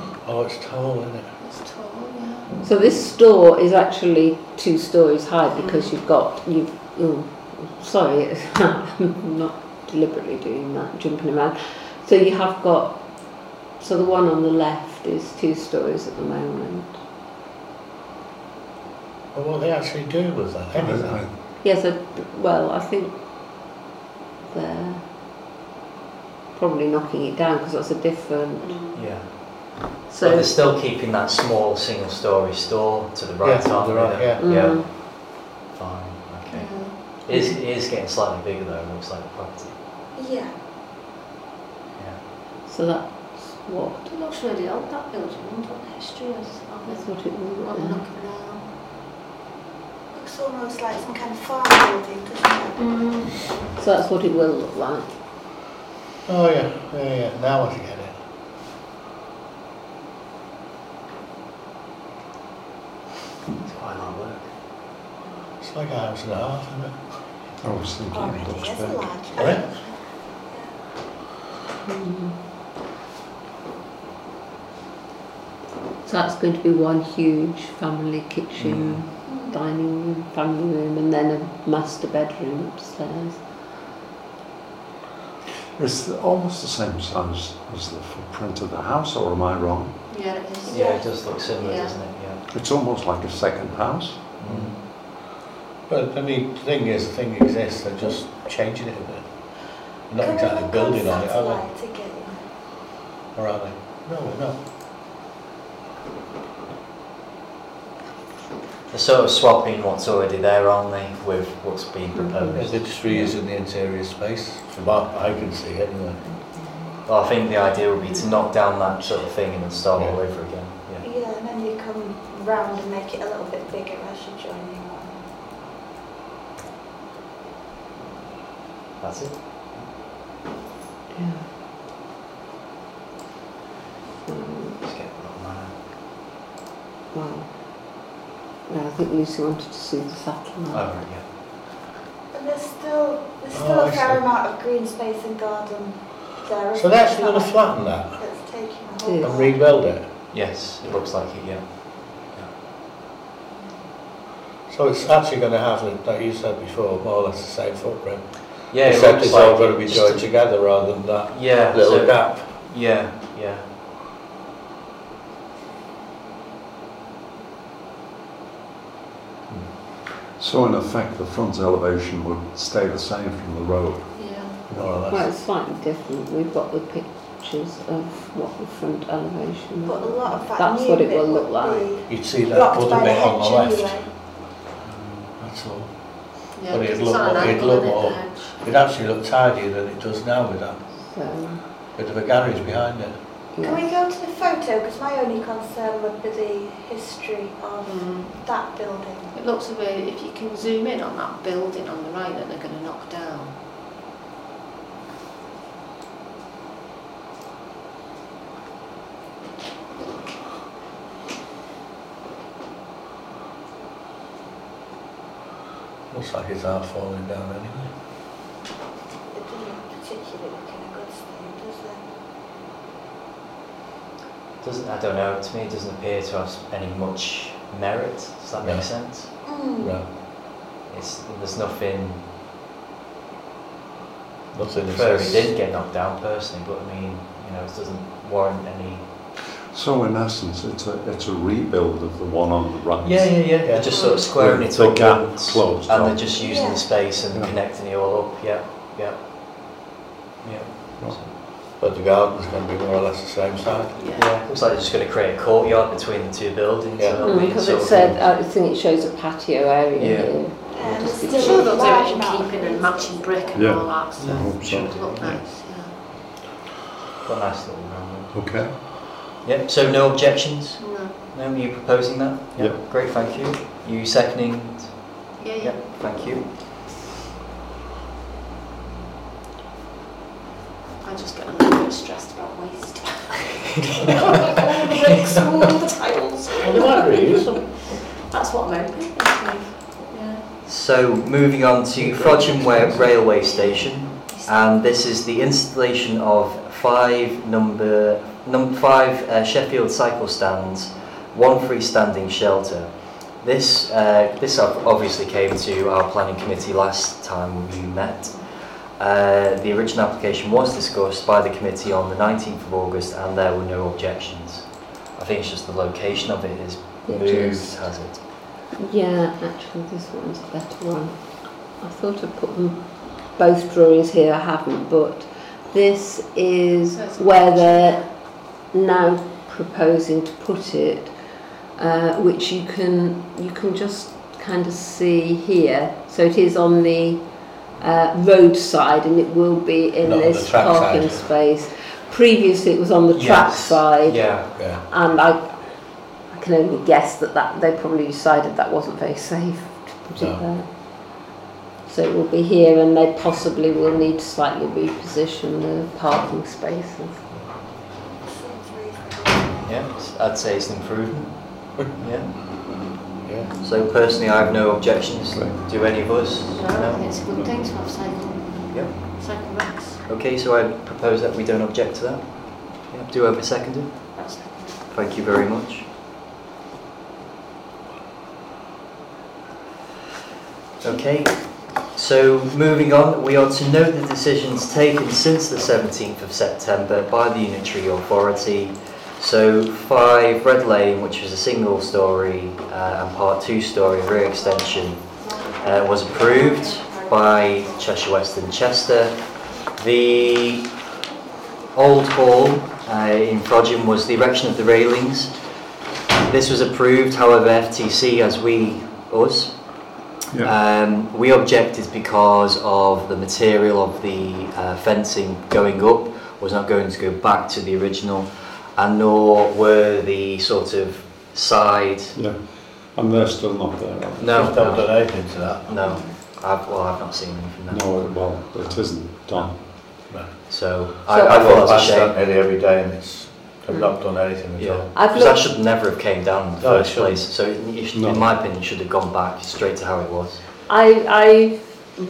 F: one.
D: Oh, it's tall, isn't it?
E: It's tall, yeah.
B: So this store is actually two stories high because you've got you've. Oh, sorry, I'm not deliberately doing that, jumping around. So you have got So the one on the left is two stories at the moment.
D: Well, what they actually do with that, anything.
B: Yes, I, well, I think they're probably knocking it down because that's a different.
A: Yeah. but
B: So
A: they're still keeping that small single story store to the
D: Yeah,
A: right,
D: to
A: aren't
D: the
A: they?
D: right, yeah.
B: mm,
A: Fine, okay. It is, it is getting slightly bigger though, it looks like the property.
F: Yeah.
A: Yeah.
B: so that's what
F: It looks really old, that building. I wonder what the history is of
B: I
F: it.
B: thought it
E: Well,
B: was.
E: I'm
B: yeah.
E: not gonna know.
F: Looks almost like some kind of farm building, doesn't it?
B: So that's what it will look like.
D: Oh, yeah, yeah, yeah, now I get it.
A: It's quite a lot of work.
D: It's like a house and a half, isn't it?
C: I was thinking it
F: Already
C: looks
F: is a
C: big.
F: large.
D: Right.
B: Hmm. So that's going to be one huge family kitchen,
F: Hmm.
B: dining room, family room, and then a master bedroom upstairs.
C: It's almost the same size as the footprint of the house, or am I wrong?
E: Yeah, it is.
A: Yeah, it does look similar,
E: Yeah.
A: doesn't it? Yeah. Mm.
C: It's almost like a second house.
D: Mm-hmm. But I mean, the thing is, the thing exists, they're just changing it a bit.
F: Can
D: Not
F: we
D: exactly
F: look
D: building on it, are
F: satellite again?
D: they? Or are they? No, we're not.
A: They're sort of swapping what's already there, aren't they, with what's being
D: Yeah,
A: proposed?
D: They're just reusing the interior space, from what I can see anyway.
A: Well, I think the idea would be to knock down that sort of thing and then start all over again. Yeah.
F: Yeah, and then you come round and make it a little bit bigger as you join in on.
A: That's it.
B: Yeah. Hmm,
A: Just get a lot of money.
B: Wow. Yeah, I think Lucy wanted to see the
A: Oh,
B: satellite.
A: right, yeah.
F: And there's still, there's
D: Oh,
F: still
D: I
F: a fair
D: see.
F: amount of green space and garden there.
D: So they're actually going to flatten that
F: It's taking a
B: Yeah.
F: whole
D: and
F: lot.
D: re-weld it.
A: Yes, it looks like it, yeah.
D: So it's actually going to have, like you said before, more or less the same footprint.
A: Yeah, it
D: Except
A: looks
D: it's all
A: like
D: going
A: it
D: to be
A: just-
D: joined together rather than that
A: Yeah,
D: little
A: so-
D: gap.
A: Yeah, yeah.
C: So in effect, the front elevation would stay the same from the road.
E: Yeah.
D: More or
B: Well,
D: less.
B: it's slightly different. We've got the pictures of what the front elevation
F: But a
B: was.
F: lot of that
B: That's
F: new
B: what it
F: bit
B: will
F: would
B: look like.
F: be
D: You'd see that
F: blocked
D: other
F: by the
D: bit on
F: hedge
D: the left.
F: anyway.
D: That's all.
E: Yeah,
D: But it'd
E: because it's
D: look
E: on
D: more-
E: an
D: it'd
E: angle,
D: look
E: isn't it,
D: more-
E: the hedge?
D: It actually looked tidier than it does now with that
B: So,
D: bit of a garage behind it.
F: Can
B: yeah.
F: we go to the photo? Because my only concern would be the history of
B: Mm.
F: that building.
E: Mm. It looks a bit, if you can zoom in on that building on the right that they're going to knock down.
D: Looks like it's half falling down anyway.
F: It doesn't particularly look in a good state, does it?
A: Doesn't I don't know. To me, it doesn't appear to have any much merit. Does that make
D: No.
A: sense?
F: Mm.
D: No,
A: It's there's nothing.
D: nothing
A: It
D: is.
A: did get knocked down personally, but I mean, you know, it doesn't warrant any.
C: So in essence, it's a, it's a rebuild of the one on the right.
A: Yeah, yeah, yeah. They're just sort of squaring
C: With
A: it
C: the
A: up
C: gap
A: and,
C: closed
A: and
C: off.
A: they're just using
F: Yeah.
A: the space and
C: Yeah.
A: connecting it all up. Yeah, yeah, yeah.
C: Right.
D: But the garden's going to be more or less the same size.
A: Yeah, looks like they're just going to create a courtyard between the two buildings.
D: Yeah.
A: so it'll be
B: Mm, Because
A: sort
B: it
A: of-
B: said, I think it shows a patio area
A: Yeah.
B: here.
F: Yeah, and
B: Just
F: there's
B: be Yeah.
E: I'm
F: still a
E: sure they'll do
F: large
E: it in
F: amount of
E: keeping and
F: green
E: matching
F: space.
E: brick and
C: Yeah.
E: all that stuff.
C: I hope so.
E: Should look
C: Yeah.
E: nice, yeah.
A: Got a nice little round.
C: Okay.
A: Uh, Yep. So no objections.
E: No.
A: No, you proposing that?
C: Yeah.
A: Great. Thank you. You seconding?
E: Yeah, yeah.
A: Yep. Thank you.
E: I just get a little bit stressed about waste. all the bricks, all the tiles.
D: Well, they might reuse them.
E: That's what I'm hoping. Yeah.
A: So moving on to Frodsham Wa- Railway Station, and this is the installation of five number num- five uh, Sheffield cycle stands, one freestanding shelter. This uh, this ob- obviously came to our planning committee last time we met, Uh, the original application was discussed by the committee on the 19th of August and there were no objections. I think it's just the location of it is
B: It
A: moved,
B: just-
A: has it?
B: Yeah, actually, this one's a better one. I thought I put them, both drawings here, I haven't, but this is
E: So it's-
B: where they're now proposing to put it, uh, which you can, you can just kind of see here. So it is on the uh, roadside and it will be in
D: Not on the
B: this
D: track side.
B: parking space. Previously, it was on the track
A: Yes.
B: side.
A: Yeah.
D: yeah.
B: And Um, I, I can only guess that, that they probably decided that wasn't very safe to put
D: No.
B: it there. So it will be here and they possibly will need to slightly reposition the parking spaces.
F: Seems reasonable.
A: Yeah, s- I'd say it's an improvement. Yeah.
D: yeah.
A: So personally, I have no objections.
C: Right.
A: Do any of us?
E: No, I think it's a good thing to have cycle,
A: Yeah.
E: cycle racks.
A: Okay, so I propose that we don't object to that. Yeah. Do I have a seconder?
E: That's like-
A: Thank you very much. Okay, so moving on, we are to note the decisions taken since the 17th of September by the unitary authority. So 5 Red Lane, which was a single storey uh, and part 2 storey rear extension, uh, was approved by Cheshire West and Chester. The Old Hall uh, in Frodsham was the erection of the railings. This was approved, however, FTC, as we, us,
C: Yeah.
A: um, we objected because of the material of the uh, fencing going up was not going to go back to the original, and nor were the sort of side.
C: yeah. And they're still not there. are they?
A: No,
D: Just don't
A: no,
D: do anything to that.
A: no. I've, well, I've not seen anything now.
C: No, it- well, it isn't done.
A: So
B: So-
A: I, I
D: go
A: thought that was a
D: past that
A: shame.
D: nearly every day and it's, they've not done anything at
A: Yeah.
D: all.
B: I've
A: Because that
B: looked,
A: should never have came down in the
D: No, it
A: first place. So it, it should-
C: No.
A: in my opinion, it should have gone back straight to how it was.
B: I, I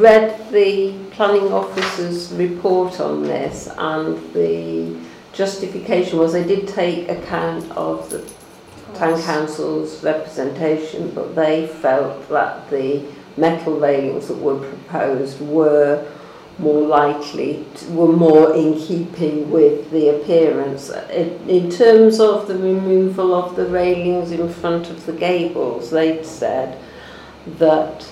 B: read the planning officer's report on this and the justification was they did take account of the town council's representation, but they felt that the metal railings that were proposed were more likely, to, were more in keeping with the appearance. In, in terms of the removal of the railings in front of the gables, they'd said that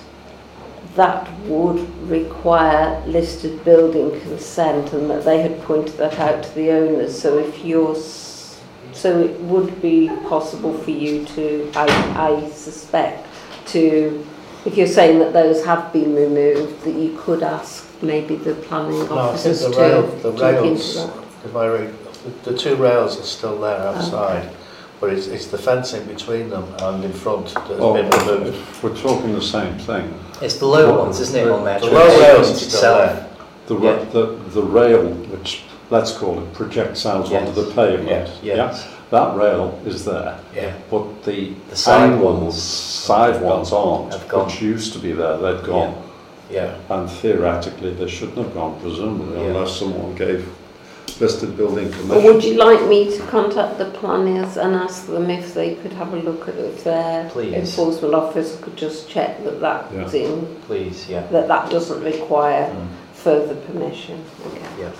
B: that would require listed building consent and that they had pointed that out to the owners. So if you're, s- so it would be possible for you to, I, I suspect, to, if you're saying that those have been removed, that you could ask maybe the planning
D: No, I think
B: officers
D: the
B: to,
D: rail-
B: to
D: the
B: look into
D: rails-
B: that.
D: If I read, the, the two rails are still there outside, but it's, it's the fencing between them and in front that's
C: Oh,
D: been removed.
C: if we're talking the same thing.
A: It's the low ones, isn't it, on there?
D: The low rails are still
A: itself.
D: there.
C: The,
A: Yeah.
C: ra- the, the rail, which let's call it projectiles
A: Yes.
C: onto the pavement.
D: Yes,
A: Yes.
C: Yeah? That rail is there,
D: Yeah.
C: but the,
A: The side
C: end
A: ones
C: side
A: have
C: ones aren't,
A: Have gone.
C: which used to be there, they've gone.
D: Yeah.
C: And theoretically, they shouldn't have gone, presumably,
A: Yeah.
C: unless someone gave listed building
B: Or would
C: commission.
B: you like me to contact the planners and ask them if they could have a look at if their
A: Please.
B: enforcement officer could just check that that's in,
A: Please, yeah. Mm.
B: that that doesn't require further permission? Okay.
A: Yeah.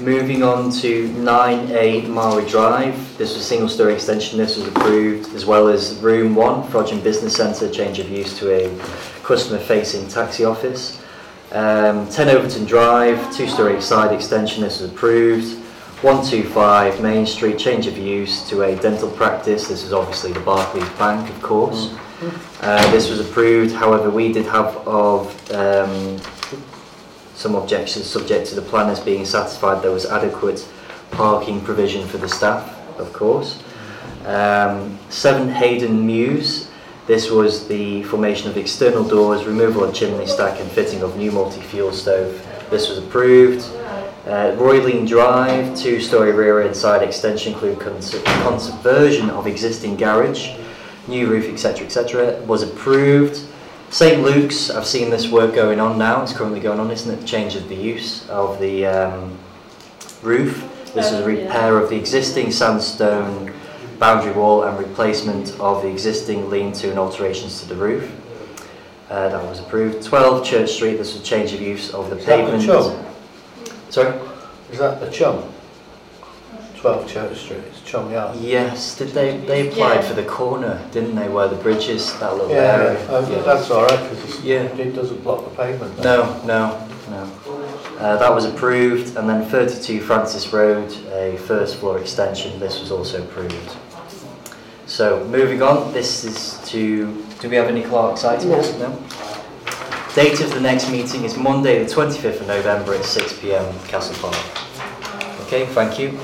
A: Moving on to 9A Marwood Drive. This was a single story extension, this was approved, as well as room one, Frodsham Business Centre, change of use to a customer facing taxi office. Um, 10 Overton Drive, two story side extension, this was approved. 125 Main Street, change of use to a dental practice. This is obviously the Barclays Bank, of course. Uh, this was approved, however, we did have of um, some objections subject to the planners being satisfied there was adequate parking provision for the staff, of course. Um, 7 Hayden Mews. This was the formation of external doors, removal of chimney stack and fitting of new multi-fuel stove. This was approved. Uh, Royleen Drive, two-storey rear and side extension include cons- conversion of existing garage, new roof, etc., etc., was approved. St Luke's, I've seen this work going on now. It's currently going on, isn't it? The change of the use of the um, roof. This is a repair of the existing sandstone boundary wall and replacement of the existing lean-to and alterations to the roof. Uh, that was approved. 12 Church Street, there's a change of use of the
D: Is that the
A: pavement.
D: chum?
A: Sorry?
D: Is that the chum? 12 Church Street, it's chum yard.
A: Yes, did they, they applied
E: Yeah.
A: for the corner, didn't they, where the bridge is, that little
D: Yeah,
A: area?
D: okay, that's all right, because
A: Yeah.
D: it doesn't block the pavement. then.
A: No, no, no. Uh, that was approved, and then 32 Francis Road, a first floor extension, this was also approved. So, moving on, this is to, do we have any Clark's items? No. Date of the next meeting is Monday, the 25th of November at 6pm, Castle Park. Okay, thank you.